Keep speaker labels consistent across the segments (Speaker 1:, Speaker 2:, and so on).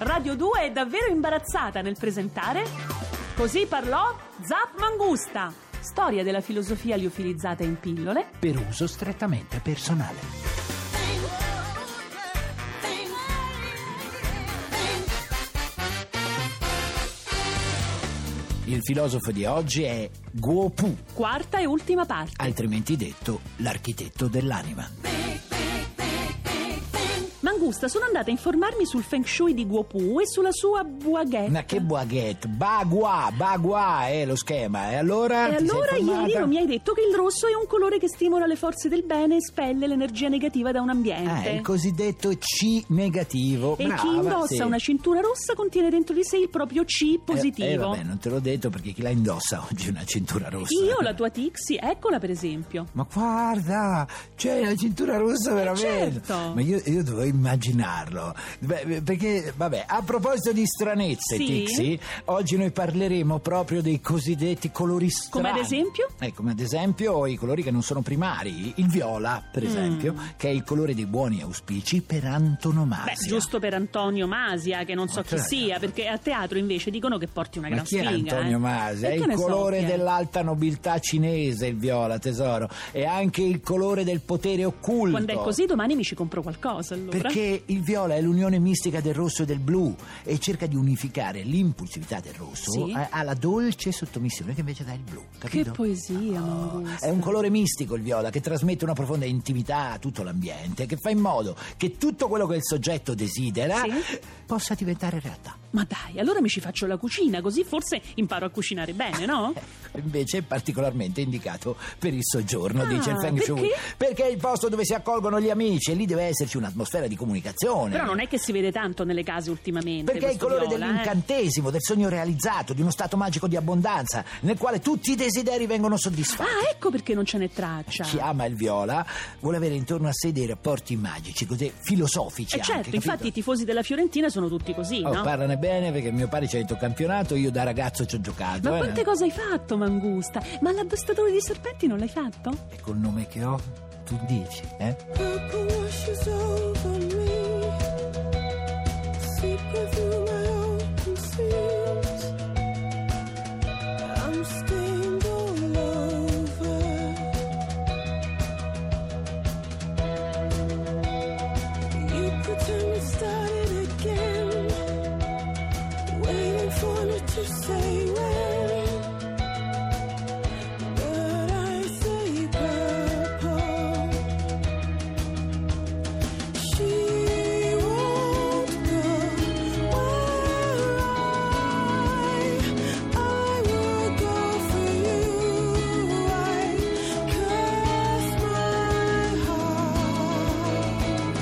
Speaker 1: Radio 2 è davvero imbarazzata nel presentare Così parlò Zap Mangusta, storia della filosofia liofilizzata in pillole
Speaker 2: per uso strettamente personale. Il filosofo di oggi è Guo Pu,
Speaker 1: Quarta e ultima parte.
Speaker 2: altrimenti detto l'architetto dell'anima.
Speaker 1: Mangusta, sono andata a informarmi sul feng shui di Guopu e sulla sua buaghetta.
Speaker 2: Ma che buaghet, bagua, bagua è lo schema. E allora?
Speaker 1: E
Speaker 2: ti sei
Speaker 1: allora ieri
Speaker 2: formata?
Speaker 1: non mi hai detto che il rosso è un colore che stimola le forze del bene e spelle l'energia negativa da un
Speaker 2: Ah,
Speaker 1: ambiente.
Speaker 2: è il cosiddetto C negativo.
Speaker 1: e
Speaker 2: Brava,
Speaker 1: chi indossa
Speaker 2: sì.
Speaker 1: una cintura rossa contiene dentro di sé il proprio C positivo.
Speaker 2: Eh, eh, vabbè, non te l'ho detto perché chi la indossa oggi una cintura rossa?
Speaker 1: Io, la tua Tixi, eccola per esempio.
Speaker 2: Ma guarda, c'è la cintura rossa veramente.
Speaker 1: Eh, certo.
Speaker 2: Ma io, io dovevo immaginarlo. Beh, perché, vabbè, a proposito di stranezze,
Speaker 1: Sì?
Speaker 2: Tixi, oggi noi parleremo proprio dei cosiddetti colori strani.
Speaker 1: Come ad esempio?
Speaker 2: Eh, come ad esempio i colori che non sono primari, il viola, per
Speaker 1: Mm.
Speaker 2: esempio, che è il colore dei buoni auspici per antonomasia.
Speaker 1: Beh, giusto per Antonio Masia, che non so
Speaker 2: Ma
Speaker 1: chi
Speaker 2: certo.
Speaker 1: sia, perché a teatro invece dicono che porti una
Speaker 2: Ma
Speaker 1: gran
Speaker 2: chi è
Speaker 1: sfiga.
Speaker 2: Antonio
Speaker 1: eh.
Speaker 2: Masi? È
Speaker 1: E che
Speaker 2: il
Speaker 1: ne so
Speaker 2: colore
Speaker 1: chi è?
Speaker 2: dell'alta nobiltà cinese, il viola, tesoro. È anche il colore del potere occulto.
Speaker 1: Quando è così, domani mi ci compro qualcosa allora.
Speaker 2: Perché il viola è l'unione mistica del rosso e del blu e cerca di unificare l'impulsività del rosso
Speaker 1: Sì.
Speaker 2: a- alla dolce sottomissione che invece dà il blu. Capito?
Speaker 1: Che poesia,
Speaker 2: Oh,
Speaker 1: Mangusta.
Speaker 2: è un colore mistico il viola che trasmette una profonda intimità a tutto l'ambiente, che fa in modo che tutto quello che il soggetto desidera
Speaker 1: Sì.
Speaker 2: possa diventare realtà.
Speaker 1: Ma dai, allora mi ci faccio la cucina, così forse imparo a cucinare bene,
Speaker 2: Eh,
Speaker 1: no?
Speaker 2: Invece è particolarmente indicato per il soggiorno,
Speaker 1: Ah,
Speaker 2: dice il Feng Shui.
Speaker 1: perché?
Speaker 2: Perché è il posto dove si accolgono gli amici e lì deve esserci un'atmosfera di comunicazione.
Speaker 1: Però non è che si vede tanto nelle case ultimamente.
Speaker 2: Perché è il
Speaker 1: questo
Speaker 2: colore
Speaker 1: viola, eh.
Speaker 2: dell'incantesimo, del sogno realizzato, di uno stato magico di abbondanza, nel quale tutti i desideri vengono soddisfatti.
Speaker 1: Ah, ecco perché non ce n'è traccia.
Speaker 2: Eh, Chi ama il viola vuole avere intorno a sé dei rapporti magici, così filosofici
Speaker 1: Eh
Speaker 2: anche,
Speaker 1: certo,
Speaker 2: capito?
Speaker 1: infatti i tifosi della Fiorentina sono tutti così,
Speaker 2: Oh,
Speaker 1: no?
Speaker 2: parlane bene perché mio padre ci ha detto campionato, io da ragazzo ci ho giocato.
Speaker 1: Ma
Speaker 2: eh.
Speaker 1: quante cose hai fatto, Mangusta? Ma l'addestatore di serpenti non l'hai fatto?
Speaker 2: E col nome che ho, tu dici, eh?
Speaker 3: Purple washes over me, seeping through my open seams. I'm stained all over. You pretend it started again, waiting for me to say when, but I say purple. She won't go where I, I will go for you. I curse my heart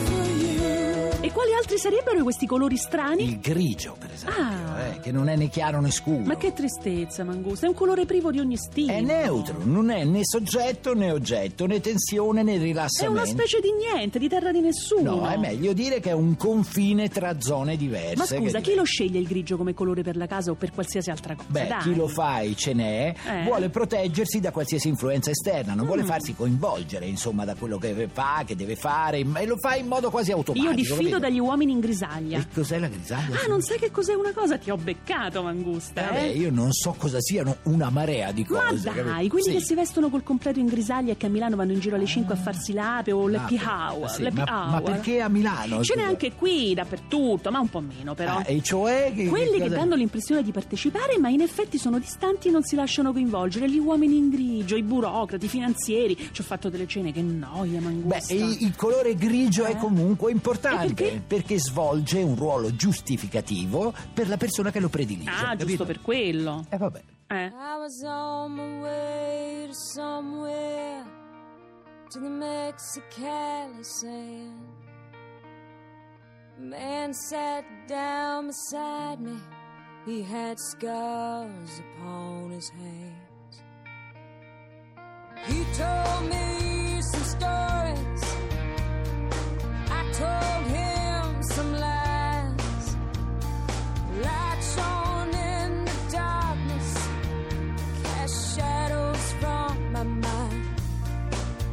Speaker 3: for you.
Speaker 1: E quali altri sarebbero questi colori strani?
Speaker 2: Il grigio, per esempio,
Speaker 1: Ah.
Speaker 2: eh, che non è né chiaro né scuro.
Speaker 1: Ma che tristezza, Mangusta, è un colore privo di ogni stile.
Speaker 2: È neutro, non è né soggetto né oggetto, né tensione né
Speaker 1: È
Speaker 2: rilassamento.
Speaker 1: una specie di niente, di terra di nessuno.
Speaker 2: No, è meglio dire che è un confine tra zone diverse.
Speaker 1: Ma
Speaker 2: che
Speaker 1: scusa, chi lo sceglie il grigio come colore per la casa o per qualsiasi altra cosa?
Speaker 2: Beh,
Speaker 1: Dai.
Speaker 2: chi lo fa e ce n'è,
Speaker 1: Eh.
Speaker 2: vuole proteggersi da qualsiasi influenza esterna, non vuole
Speaker 1: Mm.
Speaker 2: farsi coinvolgere, insomma, da quello che fa, che deve fare, e lo fa in modo quasi automatico.
Speaker 1: Io diffido
Speaker 2: capito?
Speaker 1: dagli uomini in grisaglia.
Speaker 2: E cos'è la grisaglia?
Speaker 1: Ah, non sai che cos'è una cosa? Ti ho beccato, Mangusta.
Speaker 2: Vabbè,
Speaker 1: eh?
Speaker 2: io non so cosa siano una marea di
Speaker 1: Ma
Speaker 2: cose.
Speaker 1: dai,
Speaker 2: capito?
Speaker 1: quelli
Speaker 2: Sì.
Speaker 1: che si vestono col completo in grisaglia e che a Milano vanno in giro alle 5 a farsi l'ape o l'happy
Speaker 2: Ah,
Speaker 1: hour.
Speaker 2: sì,
Speaker 1: l'happy
Speaker 2: ma, ma
Speaker 1: hour.
Speaker 2: perché a Milano?
Speaker 1: Ce n'è
Speaker 2: Scusa.
Speaker 1: anche qui, dappertutto, ma un po' meno però.
Speaker 2: Ah, e cioè che,
Speaker 1: Quelli che
Speaker 2: cosa-
Speaker 1: danno l'impressione di partecipare, ma in effetti sono distanti e non si lasciano coinvolgere. Gli uomini in grigio, i burocrati, i finanzieri. Ci ho fatto delle cene, che noia,
Speaker 2: Beh,
Speaker 1: Mangusta.
Speaker 2: il, il colore grigio
Speaker 1: Eh?
Speaker 2: è comunque
Speaker 1: E
Speaker 2: importante
Speaker 1: perché?
Speaker 2: svolge un ruolo giustificativo per la persona che lo predilige.
Speaker 1: Ah, giusto per quello.
Speaker 2: E vabbè.
Speaker 1: Eh.
Speaker 3: I was on my way to somewhere to the Mexicali sand. A man sat down beside me. He had scars upon his hands. He told me some stories. I told him some lies. Light shone in the darkness cast shadows from my mind.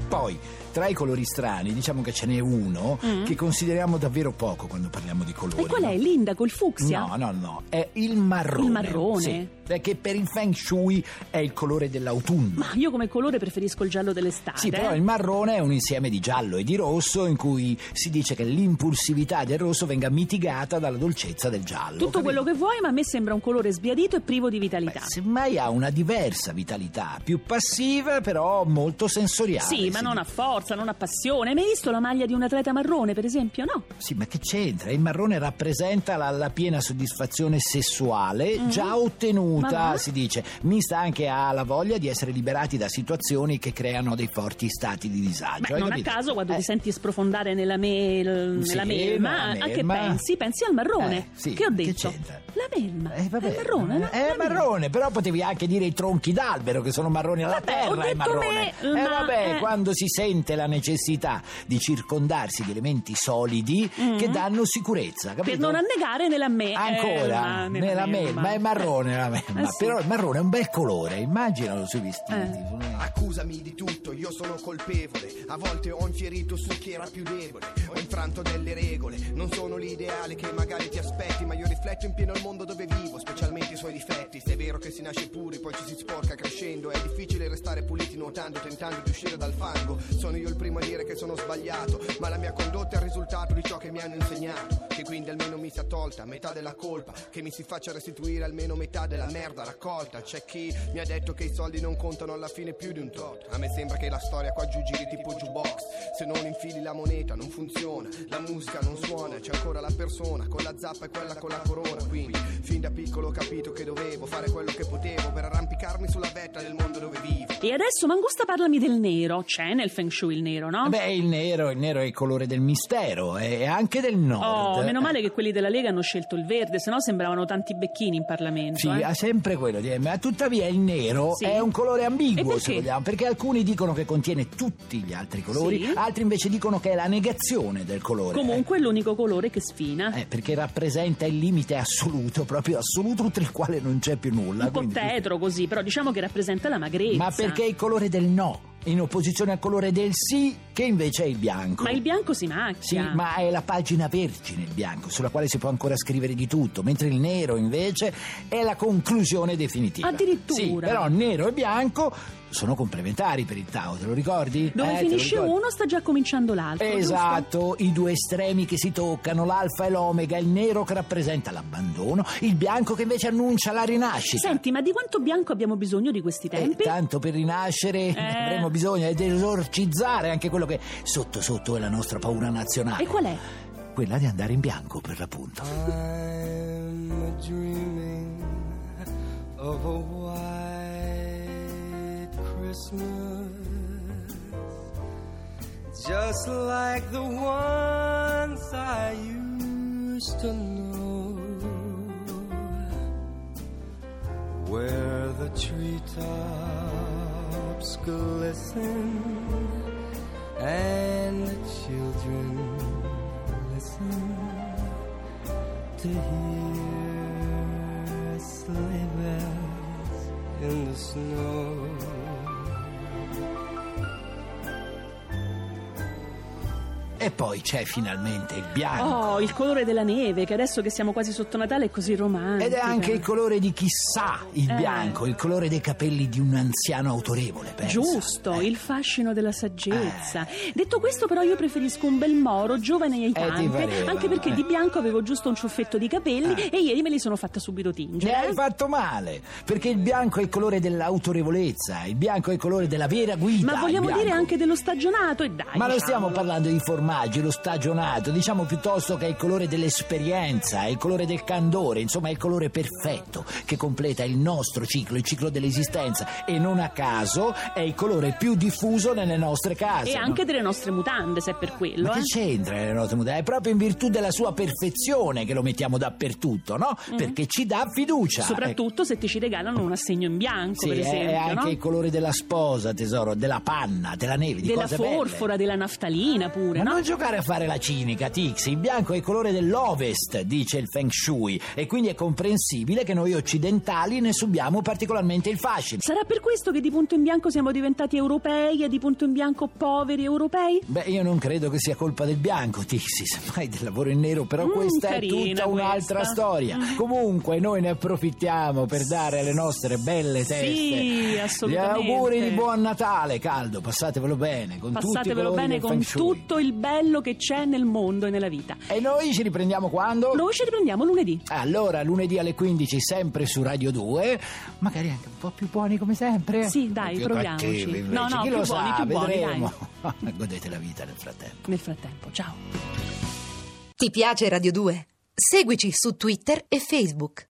Speaker 2: Poi, tra i colori strani, diciamo che ce n'è uno
Speaker 1: Mm.
Speaker 2: che consideriamo davvero poco quando parliamo di colori.
Speaker 1: E qual
Speaker 2: no?
Speaker 1: è? Linda col fucsia?
Speaker 2: No, no, no, è il marrone.
Speaker 1: Il marrone?
Speaker 2: Sì, perché per il Feng Shui è il colore dell'autunno.
Speaker 1: Ma Ah, io come colore preferisco il giallo dell'estate. eh.
Speaker 2: Sì, però il marrone è un insieme di giallo e di rosso in cui si dice che l'impulsività del rosso venga mitigata dalla dolcezza del giallo.
Speaker 1: Tutto
Speaker 2: capito?
Speaker 1: quello che vuoi, ma a me sembra un colore sbiadito e privo di
Speaker 2: Beh,
Speaker 1: vitalità.
Speaker 2: semmai ha una diversa vitalità, più passiva però molto sensoriale.
Speaker 1: Sì, ma
Speaker 2: si
Speaker 1: non
Speaker 2: dice.
Speaker 1: a forza, non a passione. Hai mai visto la maglia di un atleta marrone, per esempio? No.
Speaker 2: Sì, ma che c'entra? Il marrone rappresenta la, la piena soddisfazione sessuale
Speaker 1: Mm.
Speaker 2: già ottenuta,
Speaker 1: Ma va?
Speaker 2: si dice, mista anche alla voglia di essere liberati da situazioni che creano dei forti stati di disagio.
Speaker 1: Beh,
Speaker 2: hai
Speaker 1: non
Speaker 2: capito?
Speaker 1: a caso quando
Speaker 2: Eh,
Speaker 1: ti senti sprofondare nella, mel,
Speaker 2: Sì,
Speaker 1: nella melma,
Speaker 2: nella
Speaker 1: a che
Speaker 2: melma.
Speaker 1: pensi? Pensi al marrone.
Speaker 2: Eh, sì,
Speaker 1: che ho
Speaker 2: che
Speaker 1: detto?
Speaker 2: c'entra?
Speaker 1: la melma.
Speaker 2: eh, vabbè.
Speaker 1: È marrone, no?
Speaker 2: Eh,
Speaker 1: La
Speaker 2: È marrone, però potevi anche dire i tronchi d'albero che sono marroni alla
Speaker 1: Vabbè,
Speaker 2: terra.
Speaker 1: ho
Speaker 2: è
Speaker 1: detto
Speaker 2: marrone.
Speaker 1: me,
Speaker 2: Eh,
Speaker 1: ma-
Speaker 2: vabbè,
Speaker 1: eh.
Speaker 2: quando si sente la necessità di circondarsi di elementi solidi
Speaker 1: Mm.
Speaker 2: che danno sicurezza, capito?
Speaker 1: Per non annegare nella me.
Speaker 2: Ancora,
Speaker 1: eh,
Speaker 2: nella melma, è marrone la melma,
Speaker 1: Eh, sì.
Speaker 2: però il marrone è un bel colore, immaginalo sui vestiti.
Speaker 1: Eh.
Speaker 2: sono-
Speaker 4: Accusami di tutto, io sono colpevole. A volte ho infierito su chi era più debole. Ho infranto delle regole, non sono l'ideale che magari ti aspetti. Ma io rifletto in pieno il mondo dove vivo, specialmente i suoi difetti. Se è vero che si nasce puri, poi ci si sporca crescendo. È difficile restare puliti nuotando, tentando di uscire dal fango. Sono io il primo a dire che sono sbagliato. Ma la mia condotta è il risultato di ciò che mi hanno insegnato. Che quindi almeno mi sia tolta metà della colpa. Che mi si faccia restituire almeno metà della merda raccolta. C'è chi mi ha detto che i soldi non contano alla fine più di un tot. A me sembra che la storia qua giù giri tipo jukebox. Se non infili la moneta non funziona. La musica non suona, c'è ancora la persona. Con la zappa e quella con la corona. Quindi fin da piccolo ho capito che dovevo fare quello che potevo per arrampicarmi sulla vetta del mondo dove vivo.
Speaker 1: E adesso, Mangusta, parlami del nero. C'è nel Feng Shui il nero, no?
Speaker 2: Eh Beh, il nero, il nero è il colore del mistero eh, e anche del nord.
Speaker 1: Oh, meno male che quelli della Lega hanno scelto il verde, sennò sembravano tanti becchini in Parlamento.
Speaker 2: Sì,
Speaker 1: eh.
Speaker 2: ha sempre quello di ma tuttavia il nero
Speaker 1: Sì.
Speaker 2: è un colore
Speaker 1: E
Speaker 2: ambiguo,
Speaker 1: perché?
Speaker 2: se vogliamo, perché alcuni dicono che contiene tutti gli altri colori,
Speaker 1: Sì.
Speaker 2: altri invece dicono che è la negazione del colore.
Speaker 1: Comunque è l'unico colore che sfina.
Speaker 2: Eh, perché rappresenta il limite assoluto, proprio assoluto, oltre il quale non c'è più nulla.
Speaker 1: Un po'
Speaker 2: quindi-
Speaker 1: tetro così, però diciamo che rappresenta la magrezza.
Speaker 2: Ma perché il colore del no, in opposizione al colore del sì, che invece è il bianco.
Speaker 1: Ma il bianco si macchia.
Speaker 2: Sì, ma è la pagina vergine il bianco, sulla quale si può ancora scrivere di tutto, mentre il nero invece è la conclusione definitiva.
Speaker 1: Addirittura.
Speaker 2: Sì, però nero e bianco sono complementari per il Tao, te lo ricordi? Eh,
Speaker 1: Dove
Speaker 2: te lo
Speaker 1: finisce
Speaker 2: ricordi?
Speaker 1: uno sta già cominciando l'altro.
Speaker 2: Esatto, i due estremi che si toccano, l'alfa e l'omega, il nero che rappresenta l'abbandono, il bianco che invece annuncia la
Speaker 1: giusto?
Speaker 2: rinascita.
Speaker 1: Senti, ma di quanto bianco abbiamo bisogno di questi
Speaker 2: Eh,
Speaker 1: tempi?
Speaker 2: tanto per rinascere
Speaker 1: Eh.
Speaker 2: ne avremo bisogno ed esorcizzare anche quello che sotto sotto è la nostra paura nazionale.
Speaker 1: E qual è?
Speaker 2: Quella di andare in bianco, per l'appunto.
Speaker 5: I'm dreaming of a white Christmas, just like the ones I used to know, where the treetops glisten and the children listen to hear sleigh bells in the snow.
Speaker 2: E poi c'è finalmente il bianco.
Speaker 1: Oh, il colore della neve, che adesso che siamo quasi sotto Natale è così romantico.
Speaker 2: Ed è anche il colore di chissà il
Speaker 1: Eh.
Speaker 2: bianco, il colore dei capelli di un anziano autorevole, pensa.
Speaker 1: Giusto,
Speaker 2: Eh.
Speaker 1: il fascino della saggezza. Detto questo, però, io preferisco un bel moro, giovane
Speaker 2: Eh,
Speaker 1: e aitante,
Speaker 2: valeva,
Speaker 1: anche perché
Speaker 2: eh.
Speaker 1: di bianco avevo giusto un ciuffetto di capelli e ieri me li sono fatta subito tingere. eh.
Speaker 2: Ne hai fatto male, perché il bianco è il colore dell'autorevolezza, il bianco è il colore della vera guida.
Speaker 1: Ma vogliamo
Speaker 2: il
Speaker 1: dire
Speaker 2: bianco.
Speaker 1: anche dello stagionato e dai.
Speaker 2: Ma non
Speaker 1: diciamolo.
Speaker 2: stiamo parlando di formaggi, lo stagionato, diciamo piuttosto che è il colore dell'esperienza, è il colore del candore, insomma è il colore perfetto che completa il nostro ciclo, il ciclo dell'esistenza e non a caso è il colore più diffuso nelle nostre case.
Speaker 1: E
Speaker 2: no?
Speaker 1: anche delle nostre mutande, se è per quello.
Speaker 2: Ma
Speaker 1: eh.
Speaker 2: che c'entra le note mutande? È proprio in virtù della sua perfezione che lo mettiamo dappertutto, no? Perché ci dà fiducia.
Speaker 1: Mm. Soprattutto se ti ci regalano un assegno in bianco,
Speaker 2: Ecco. Sì,
Speaker 1: per esempio,
Speaker 2: è anche
Speaker 1: no?
Speaker 2: il colore della sposa, tesoro, della panna, della neve, di
Speaker 1: della
Speaker 2: cose belle.
Speaker 1: forfora, della naftalina pure,
Speaker 2: Ma
Speaker 1: no?
Speaker 2: noi giocare a fare la cinica, Tix. Il bianco è il colore dell'ovest, dice il Feng Shui, e quindi è comprensibile che noi occidentali ne subiamo particolarmente il fascino.
Speaker 1: Sarà per questo che di punto in bianco siamo diventati europei e di punto in bianco poveri europei?
Speaker 2: Beh, io non credo che sia colpa del bianco, Tixi, semmai del lavoro in nero, però
Speaker 1: Mm,
Speaker 2: questa è
Speaker 1: carina
Speaker 2: tutta un'altra
Speaker 1: questa.
Speaker 2: storia. Comunque, noi ne approfittiamo per dare alle nostre belle teste
Speaker 1: Sì,
Speaker 2: gli
Speaker 1: assolutamente.
Speaker 2: auguri di Buon Natale, caldo, passatevelo bene, con tutti i
Speaker 1: Passatevelo
Speaker 2: colori
Speaker 1: bene
Speaker 2: del
Speaker 1: con
Speaker 2: Feng Shui.
Speaker 1: tutto il bello che c'è nel mondo e nella vita.
Speaker 2: E noi ci riprendiamo quando?
Speaker 1: Noi ci riprendiamo lunedì.
Speaker 2: Allora, lunedì alle 15, sempre su Radio 2, magari anche un po' più buoni come sempre.
Speaker 1: Sì, dai,
Speaker 2: più
Speaker 1: proviamoci.
Speaker 2: cattivi, invece.
Speaker 1: No, no,
Speaker 2: Chi
Speaker 1: più
Speaker 2: lo
Speaker 1: buoni,
Speaker 2: sa,
Speaker 1: più buoni,
Speaker 2: vedremo. Godete la vita nel frattempo.
Speaker 1: Nel frattempo, ciao.
Speaker 6: Ti piace Radio 2? Seguici su Twitter e Facebook.